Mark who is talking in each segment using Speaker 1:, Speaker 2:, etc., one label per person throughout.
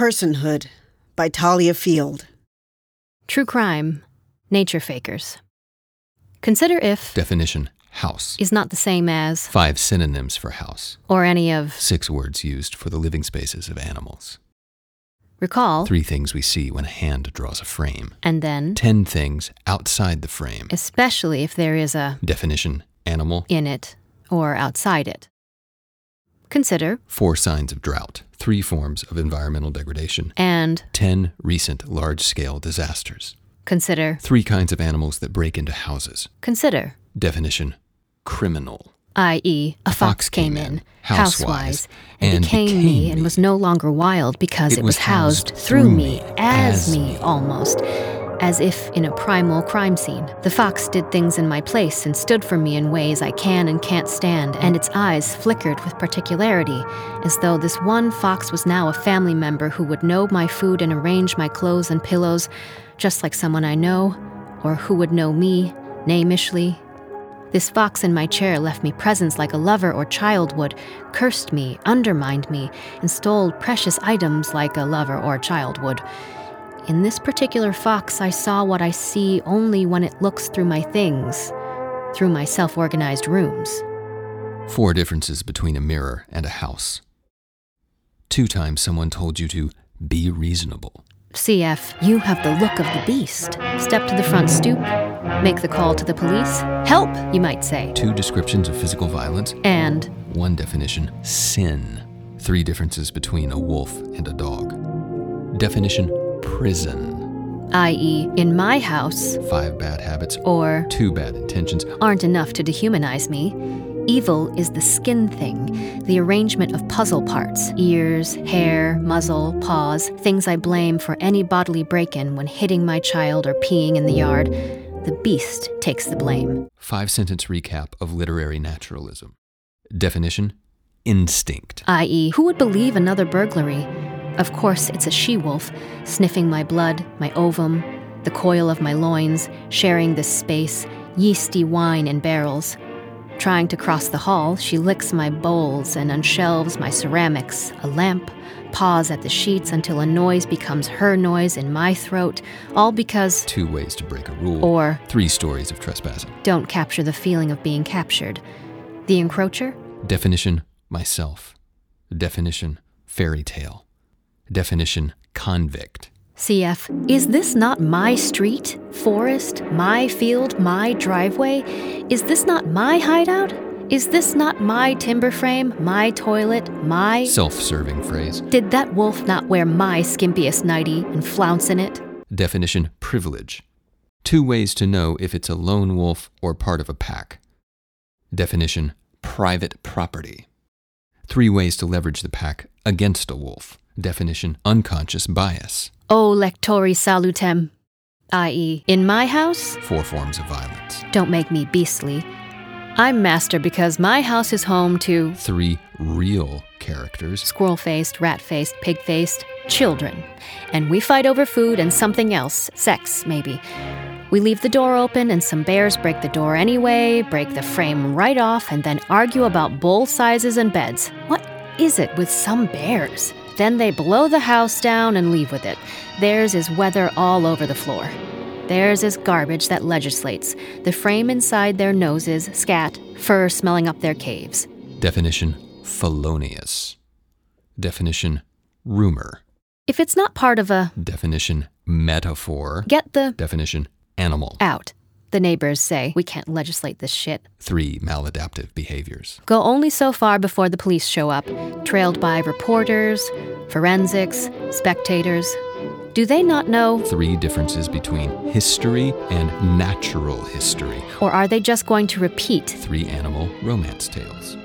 Speaker 1: Personhood by Talia Field.
Speaker 2: True crime, nature fakers. Consider if
Speaker 3: Definition house.
Speaker 2: is not the same as,
Speaker 3: Five synonyms for house.
Speaker 2: or any of,
Speaker 3: Six words used for the living spaces of animals.
Speaker 2: recall,
Speaker 3: Three things we see when a hand draws a frame.
Speaker 2: and then,
Speaker 3: Ten things outside the frame.
Speaker 2: especially if there is a
Speaker 3: Definition animal.
Speaker 2: in it or outside it. Consider
Speaker 3: Four signs of drought. Three forms of environmental degradation.
Speaker 2: and
Speaker 3: Ten recent large scale disasters.
Speaker 2: consider,
Speaker 3: Three kinds of animals that break into houses.
Speaker 2: consider,
Speaker 3: Definition criminal.
Speaker 2: i.e., E, a fox came in, housewise, and became me, and was no longer wild because it was housed through me, as me almost, as if in a primal crime scene. The fox did things in my place and stood for me in ways I can and can't stand, and its eyes flickered with particularity, as though this one fox was now a family member who would know my food and arrange my clothes and pillows, just like someone I know, or who would know me, namishly, this fox in my chair left me presents like a lover or child would, cursed me, undermined me, and stole precious items like a lover or child would. In this particular fox, I saw what I see only when it looks through my things, through my self organized rooms.
Speaker 3: Four differences between a mirror and a house. Two times someone told you to be reasonable.
Speaker 2: CF, you have the look of the beast. Step to the front stoop, make the call to the police. Help, you might say.
Speaker 3: Two descriptions of physical violence.
Speaker 2: And
Speaker 3: One definition sin. Three differences between a wolf and a dog. Definition prison.
Speaker 2: i.e., e, in my house,
Speaker 3: Five bad habits,
Speaker 2: or
Speaker 3: two bad intentions,
Speaker 2: aren't enough to dehumanize me. Evil is the skin thing, the arrangement of puzzle parts ears, hair, muzzle, paws, things I blame for any bodily break in when hitting my child or peeing in the yard. The beast takes the blame.
Speaker 3: Five sentence recap of literary naturalism. Definition instinct.
Speaker 2: i.e., E, who would believe another burglary? Of course, it's a she wolf, sniffing my blood, my ovum, the coil of my loins, sharing this space, yeasty wine in barrels. Trying to cross the hall, she licks my bowls and unshelves my ceramics, a lamp, paws at the sheets until a noise becomes her noise in my throat, all because
Speaker 3: Two ways to break a rule.
Speaker 2: Or-
Speaker 3: three stories of trespassing.
Speaker 2: don't capture the feeling of being captured. The encroacher?
Speaker 3: Definition myself. Definition fairy tale. Definition convict.
Speaker 2: CF, is this not my street, forest, my field, my driveway? Is this not my hideout? Is this not my timber frame, my toilet, my.
Speaker 3: Self serving phrase.
Speaker 2: Did that wolf not wear my skimpiest nightie and flounce in it?
Speaker 3: Definition privilege. Two ways to know if it's a lone wolf or part of a pack. Definition private property. Three ways to leverage the pack against a wolf. Definition unconscious bias.
Speaker 2: O lectori salutem, i.e., in my house,
Speaker 3: Four forms of violence.
Speaker 2: don't make me beastly. I'm master because my house is home to
Speaker 3: Three real characters.
Speaker 2: squirrel faced, rat faced, pig faced, children. And we fight over food and something else, sex, maybe. We leave the door open, and some bears break the door anyway, break the frame right off, and then argue about bowl sizes and beds. What is it with some bears? Then they blow the house down and leave with it. Theirs is weather all over the floor. Theirs is garbage that legislates, the frame inside their noses, scat, fur smelling up their caves.
Speaker 3: Definition felonious. Definition rumor.
Speaker 2: If it's not part of a
Speaker 3: Definition metaphor.
Speaker 2: get the
Speaker 3: Definition animal.
Speaker 2: out. The neighbors say, We can't legislate this shit.
Speaker 3: Three maladaptive behaviors.
Speaker 2: Go only so far before the police show up, trailed by reporters, forensics, spectators. Do they not know?
Speaker 3: Three differences between history and natural history.
Speaker 2: Or are they just going to repeat,
Speaker 3: Three animal romance tales.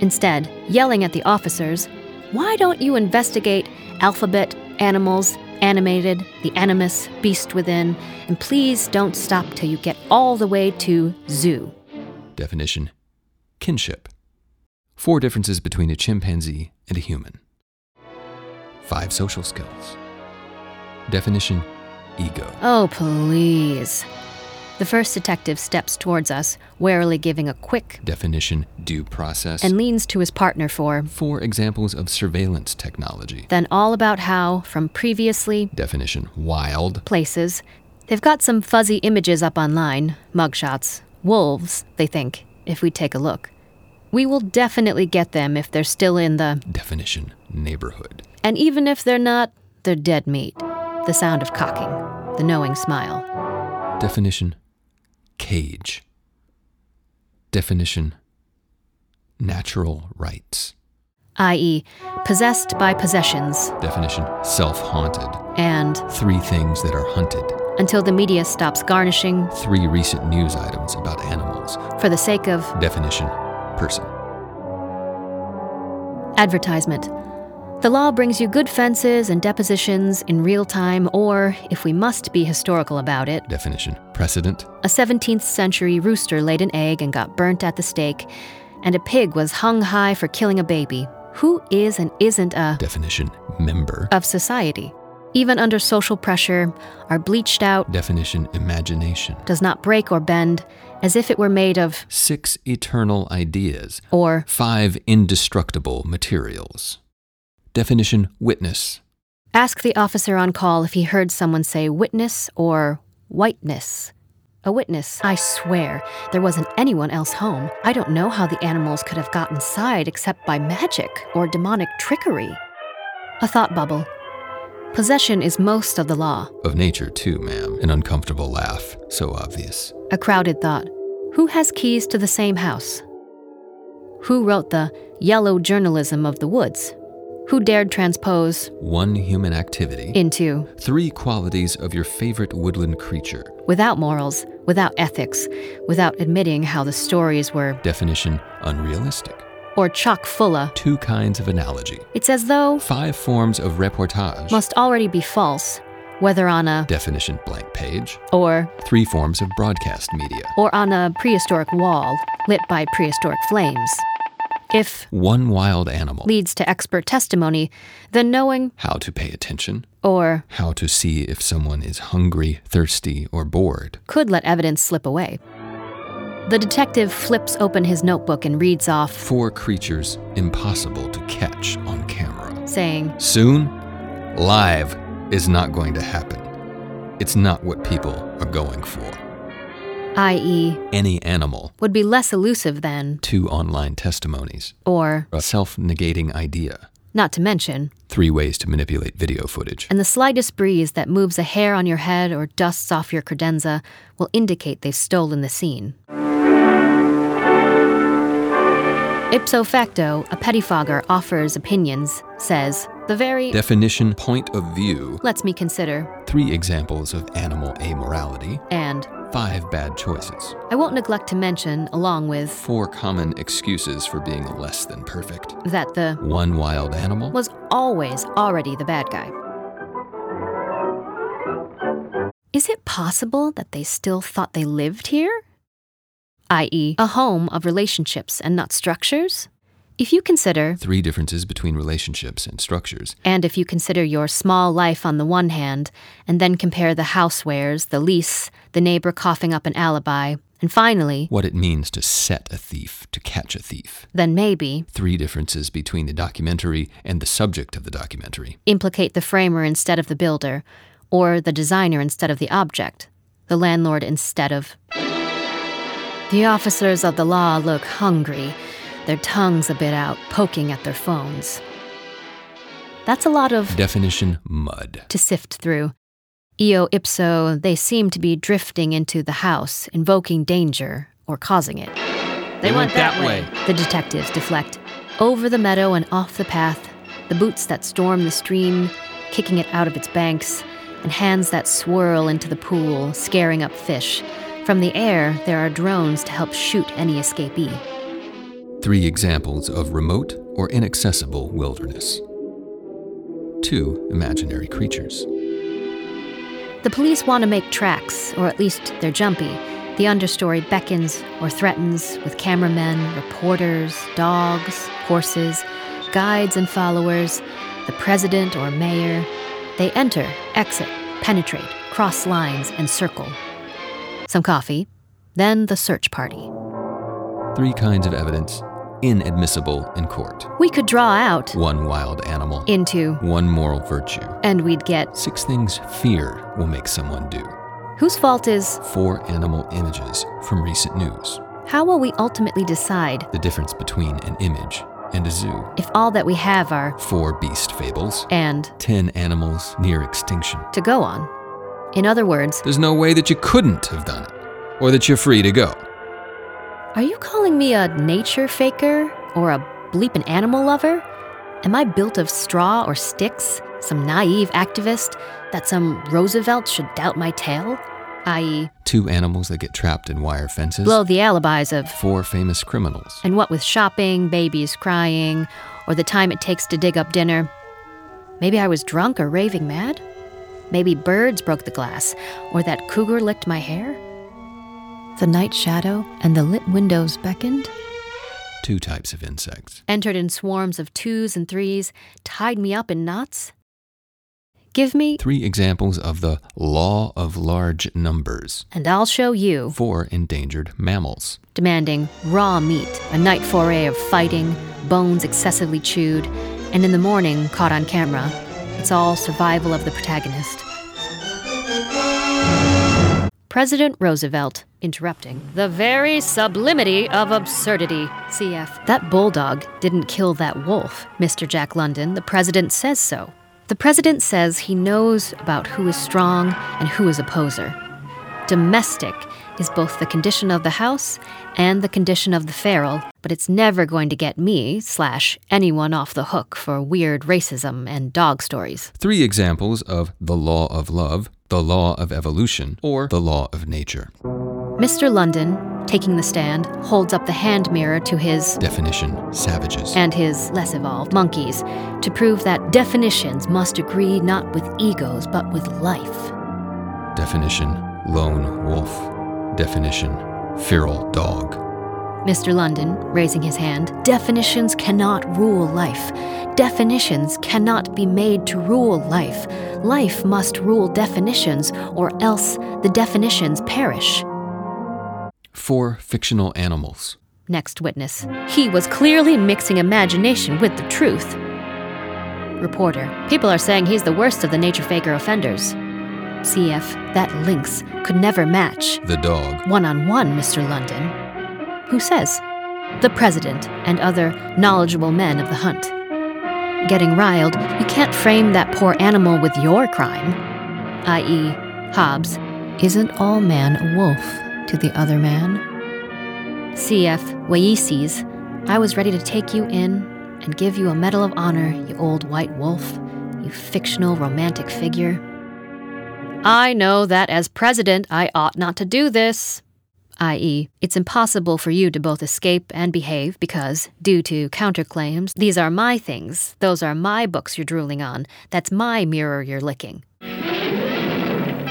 Speaker 2: instead, yelling at the officers, Why don't you investigate alphabet, animals, animated, the animus, beast within, and please don't stop till you get all the way to zoo?
Speaker 3: Definition kinship. Four differences between a chimpanzee and a human. Five social skills. Definition ego.
Speaker 2: Oh, please. The first detective steps towards us, warily giving a quick
Speaker 3: Definition due process.
Speaker 2: and leans to his partner for
Speaker 3: four examples of surveillance technology.
Speaker 2: then all about how, from previously
Speaker 3: Definition wild.
Speaker 2: places, they've got some fuzzy images up online, mugshots, wolves, they think, if we take a look. We will definitely get them if they're still in the,
Speaker 3: Definition neighborhood.
Speaker 2: and even if they're not, they're dead meat. The sound of cocking, the knowing smile.
Speaker 3: Definition cage. Definition natural rights.
Speaker 2: i.e., E, possessed by possessions,
Speaker 3: Definition self haunted.
Speaker 2: and
Speaker 3: Three things that are hunted.
Speaker 2: until the media stops garnishing,
Speaker 3: Three recent news items about animals.
Speaker 2: for the sake of
Speaker 3: Definition person.
Speaker 2: advertisement. The law brings you good fences and depositions in real time, or, if we must be historical about it,
Speaker 3: Definition precedent.
Speaker 2: a 17th century rooster laid an egg and got burnt at the stake, and a pig was hung high for killing a baby. Who is and isn't a
Speaker 3: Definition member.
Speaker 2: of society? Even under social pressure, our bleached out
Speaker 3: Definition imagination.
Speaker 2: does not break or bend as if it were made of
Speaker 3: Six eternal ideas.
Speaker 2: or
Speaker 3: Five indestructible materials. Definition witness.
Speaker 2: Ask the officer on call if he heard someone say witness or whiteness. A witness. I swear, there wasn't anyone else home. I don't know how the animals could have got inside except by magic or demonic trickery. A thought bubble. Possession is most of the law.
Speaker 3: Of nature, too, ma'am. An uncomfortable laugh. So obvious.
Speaker 2: A crowded thought. Who has keys to the same house? Who wrote the yellow journalism of the woods? Who dared transpose
Speaker 3: One human activity.
Speaker 2: into
Speaker 3: Three qualities of your favorite woodland creature.
Speaker 2: without morals, without ethics, without admitting how the stories were,
Speaker 3: Definition unrealistic.
Speaker 2: or chock full of.
Speaker 3: Two kinds of analogy.
Speaker 2: It's as though
Speaker 3: Five forms of reportage.
Speaker 2: must already be false, whether on a
Speaker 3: Definition blank page.
Speaker 2: or
Speaker 3: Three forms of broadcast media.
Speaker 2: or on a prehistoric wall lit by prehistoric flames. If
Speaker 3: One wild animal.
Speaker 2: leads to expert testimony, then knowing
Speaker 3: How to pay attention.
Speaker 2: or
Speaker 3: How to see if someone is hungry, thirsty, or bored.
Speaker 2: could let evidence slip away. The detective flips open his notebook and reads off,
Speaker 3: Four creatures impossible to catch on camera.
Speaker 2: saying,
Speaker 3: Soon, live is not going to happen. It's not what people are going for.
Speaker 2: i.e.,
Speaker 3: Any animal,
Speaker 2: E would be less elusive than,
Speaker 3: two online testimonies,
Speaker 2: or
Speaker 3: a self negating idea,
Speaker 2: not to mention,
Speaker 3: three ways to manipulate video footage,
Speaker 2: and the slightest breeze that moves a hair on your head or dusts off your credenza will indicate they've stolen the scene. Ipso facto, a pettifogger offers opinions, says, the very
Speaker 3: definition, point of view,
Speaker 2: lets me consider,
Speaker 3: three examples of animal amorality,
Speaker 2: and
Speaker 3: five bad choices,
Speaker 2: I won't neglect to mention, along with,
Speaker 3: four common excuses for being less than perfect,
Speaker 2: that the
Speaker 3: one wild animal,
Speaker 2: was always already the bad guy. Is it possible that they still thought they lived here? I.e., a home of relationships and not structures? If you consider,
Speaker 3: three differences between relationships and structures,
Speaker 2: and if you consider your small life on the one hand, and then compare the housewares, the lease, the neighbor coughing up an alibi, and finally,
Speaker 3: what it means to set a thief, to catch a thief.
Speaker 2: then maybe,
Speaker 3: three differences between the documentary and the subject of the documentary.
Speaker 2: implicate the framer instead of the builder, or the designer instead of the object, the landlord instead of. The officers of the law look hungry, their tongues a bit out, poking at their phones. That's a lot of
Speaker 3: Definition mud.
Speaker 2: to sift through. Eo ipso, they seem to be drifting into the house, invoking danger or causing it.
Speaker 3: They went that way.
Speaker 2: The detectives deflect. Over the meadow and off the path, the boots that storm the stream, kicking it out of its banks, and hands that swirl into the pool, scaring up fish. From the air, there are drones to help shoot any escapee.
Speaker 3: Three examples of remote or inaccessible wilderness. Two imaginary creatures.
Speaker 2: The police want to make tracks, or at least they're jumpy. The understory beckons or threatens with cameramen, reporters, dogs, horses, guides, and followers, the president or mayor. They enter, exit, penetrate, cross lines, and circle. some coffee, then the search party.
Speaker 3: Three kinds of evidence inadmissible in court
Speaker 2: We could draw out
Speaker 3: one wild animal,
Speaker 2: into,
Speaker 3: one moral virtue.
Speaker 2: and we'd get
Speaker 3: Six things fear will make someone do.
Speaker 2: whose fault is,
Speaker 3: Four animal images from recent news.
Speaker 2: how will we ultimately decide
Speaker 3: The difference between an image and a zoo.
Speaker 2: if all that we have are
Speaker 3: Four beast fables.
Speaker 2: and
Speaker 3: Ten animals near extinction.
Speaker 2: to go on? In other words,
Speaker 3: There's no way that you couldn't have done it, or that you're free to go.
Speaker 2: are you calling me a nature faker or a bleepin' animal lover? Am I built of straw or sticks? Some naive activist that some Roosevelt should doubt my tale? I.e.,
Speaker 3: Two animals that get trapped in wire fences.
Speaker 2: blow the alibis of
Speaker 3: Four famous criminals.
Speaker 2: And what with shopping, babies crying, or the time it takes to dig up dinner. Maybe I was drunk or raving mad? Maybe birds broke the glass, or that cougar licked my hair? The night shadow and the lit windows beckoned,
Speaker 3: Two types of insects.
Speaker 2: entered in swarms of twos and threes, tied me up in knots. Give me,
Speaker 3: Three examples of the law of large numbers.
Speaker 2: and I'll show you,
Speaker 3: Four endangered mammals.
Speaker 2: demanding raw meat, a night foray of fighting, bones excessively chewed, and in the morning caught on camera. It's all survival of the protagonist. President Roosevelt interrupting. The very sublimity of absurdity, CF. That bulldog didn't kill that wolf, Mr. Jack London. The president says so. The president says he knows about who is strong and who is opposer. Domestic is both the condition of the house and the condition of the feral, but it's never going to get me, slash, anyone off the hook for weird racism and dog stories.
Speaker 3: Three examples of the law of love, the law of evolution, or the law of nature.
Speaker 2: Mr. London, taking the stand, holds up the hand mirror to his
Speaker 3: Definition savages.
Speaker 2: and his less evolved monkeys to prove that definitions must agree not with egos but with life.
Speaker 3: Definition lone wolf. Definition feral dog.
Speaker 2: Mr. London, raising his hand, definitions cannot rule life. Definitions cannot be made to rule life. Life must rule definitions, or else the definitions perish.
Speaker 3: Four fictional animals.
Speaker 2: Next witness. He was clearly mixing imagination with the truth. Reporter. People are saying he's the worst of the nature faker offenders. CF. That lynx could never match.
Speaker 3: The dog.
Speaker 2: one on one, Mr. London. Who says? The President and other knowledgeable men of the hunt. Getting riled, you can't frame that poor animal with your crime, i.e., Hobbes. Isn't all man a wolf to the other man? CF Wayeses, I was ready to take you in and give you a Medal of Honor, you old white wolf, you fictional romantic figure. I know that as president, I ought not to do this. I.e., it's impossible for you to both escape and behave because, due to counterclaims, these are my things, those are my books you're drooling on, that's my mirror you're licking.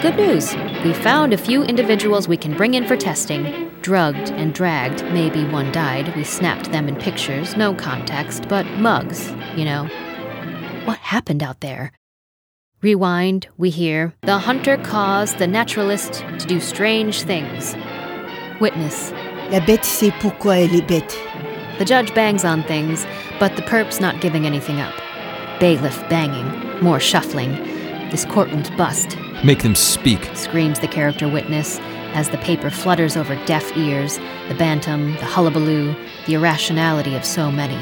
Speaker 2: Good news! We found a few individuals we can bring in for testing. Drugged and dragged, maybe one died. We snapped them in pictures, no context, but mugs, you know. What happened out there? Rewind, we hear the hunter caused the naturalist to do strange things. Witness.
Speaker 1: La bête sait pourquoi elle est bête.
Speaker 2: The judge bangs on things, but the perp's not giving anything up. Bailiff banging, more shuffling. This courtroom's bust,
Speaker 3: Make them speak.
Speaker 2: screams the character witness as the paper flutters over deaf ears, the bantam, the hullabaloo, the irrationality of so many.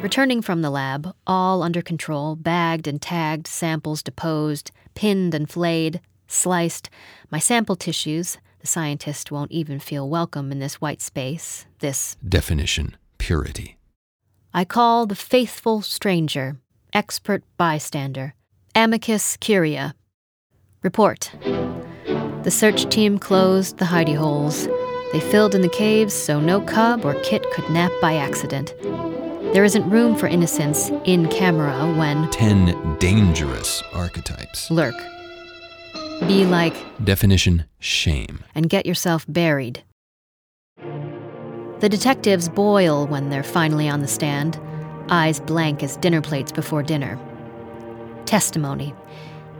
Speaker 2: Returning from the lab, all under control, bagged and tagged, samples deposed, pinned and flayed, sliced, my sample tissues, the scientist won't even feel welcome in this white space, this
Speaker 3: Definition purity.
Speaker 2: I call the faithful stranger, expert bystander, amicus curia. Report. The search team closed the hidey holes. They filled in the caves so no cub or kit could nap by accident. There isn't room for innocence in camera when
Speaker 3: Ten dangerous archetypes.
Speaker 2: lurk. Be like
Speaker 3: Definition shame.
Speaker 2: and get yourself buried. The detectives boil when they're finally on the stand, eyes blank as dinner plates before dinner. Testimony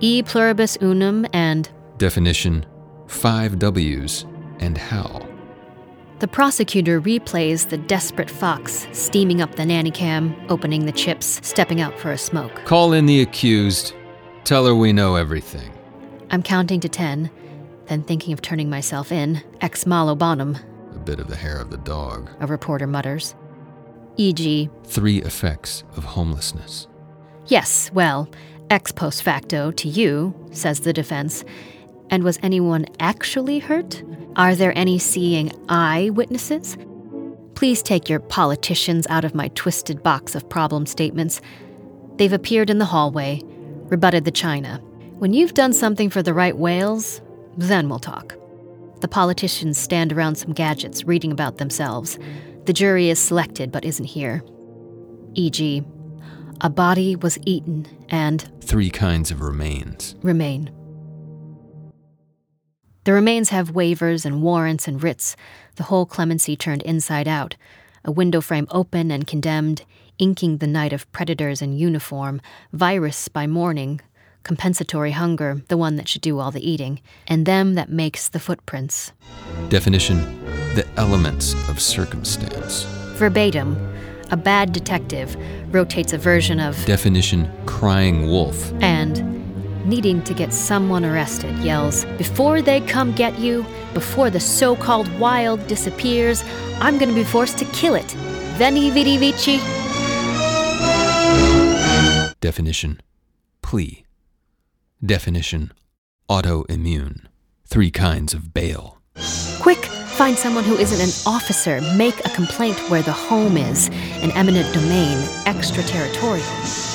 Speaker 2: E pluribus unum and
Speaker 3: Definition five W's and how.
Speaker 2: The prosecutor replays the desperate fox steaming up the nanny cam, opening the chips, stepping out for a smoke.
Speaker 3: Call in the accused. Tell her we know everything.
Speaker 2: I'm counting to ten, then thinking of turning myself in, ex malo bonum,
Speaker 3: A bit of the hair of the dog.
Speaker 2: a reporter mutters. E E.g.,
Speaker 3: Three effects of homelessness.
Speaker 2: yes, well, ex post facto to you, says the defense. And was anyone actually hurt? Are there any seeing eye witnesses? Please take your politicians out of my twisted box of problem statements. They've appeared in the hallway, rebutted the china. When you've done something for the right whales, then we'll talk. The politicians stand around some gadgets, reading about themselves. The jury is selected but isn't here. E E.g., a body was eaten and
Speaker 3: Three kinds of remains.
Speaker 2: remain. The remains have waivers and warrants and writs, the whole clemency turned inside out, a window frame open and condemned, inking the night of predators in uniform, virus by morning, compensatory hunger, the one that should do all the eating, and them that makes the footprints.
Speaker 3: Definition The elements of circumstance.
Speaker 2: Verbatim, a bad detective rotates a version of
Speaker 3: Definition Crying wolf.
Speaker 2: and, needing to get someone arrested, yells, Before they come get you, before the so called wild disappears, I'm gonna be forced to kill it. Veni vidi vici.
Speaker 3: Definition Plea. Definition Autoimmune. Three kinds of bail.
Speaker 2: Quick, find someone who isn't an officer. Make a complaint where the home is, an eminent domain, extraterritorial.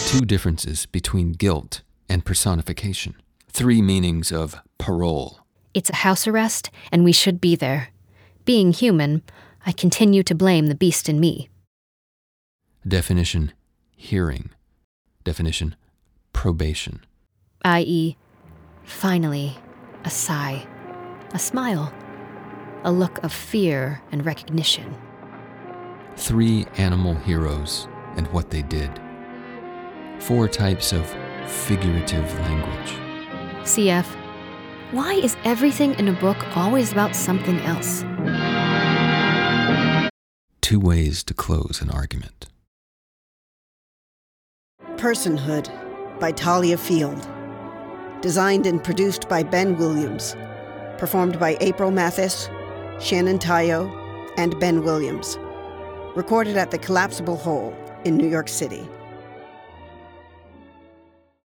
Speaker 3: Two differences between guilt and personification. Three meanings of parole.
Speaker 2: It's a house arrest, and we should be there. Being human, I continue to blame the beast in me.
Speaker 3: Definition Hearing. Definition Probation.
Speaker 2: i.e., E, finally, a sigh, a smile, a look of fear and recognition.
Speaker 3: Three animal heroes and what they did. Four types of figurative language.
Speaker 2: CF, why is everything in a book always about something else?
Speaker 3: Two ways to close an argument.
Speaker 1: Personhood by Talia Field. Designed and produced by Ben Williams. Performed by April Mathis, Shannon Tayo, and Ben Williams. Recorded at the Collapsible Hole in New York City.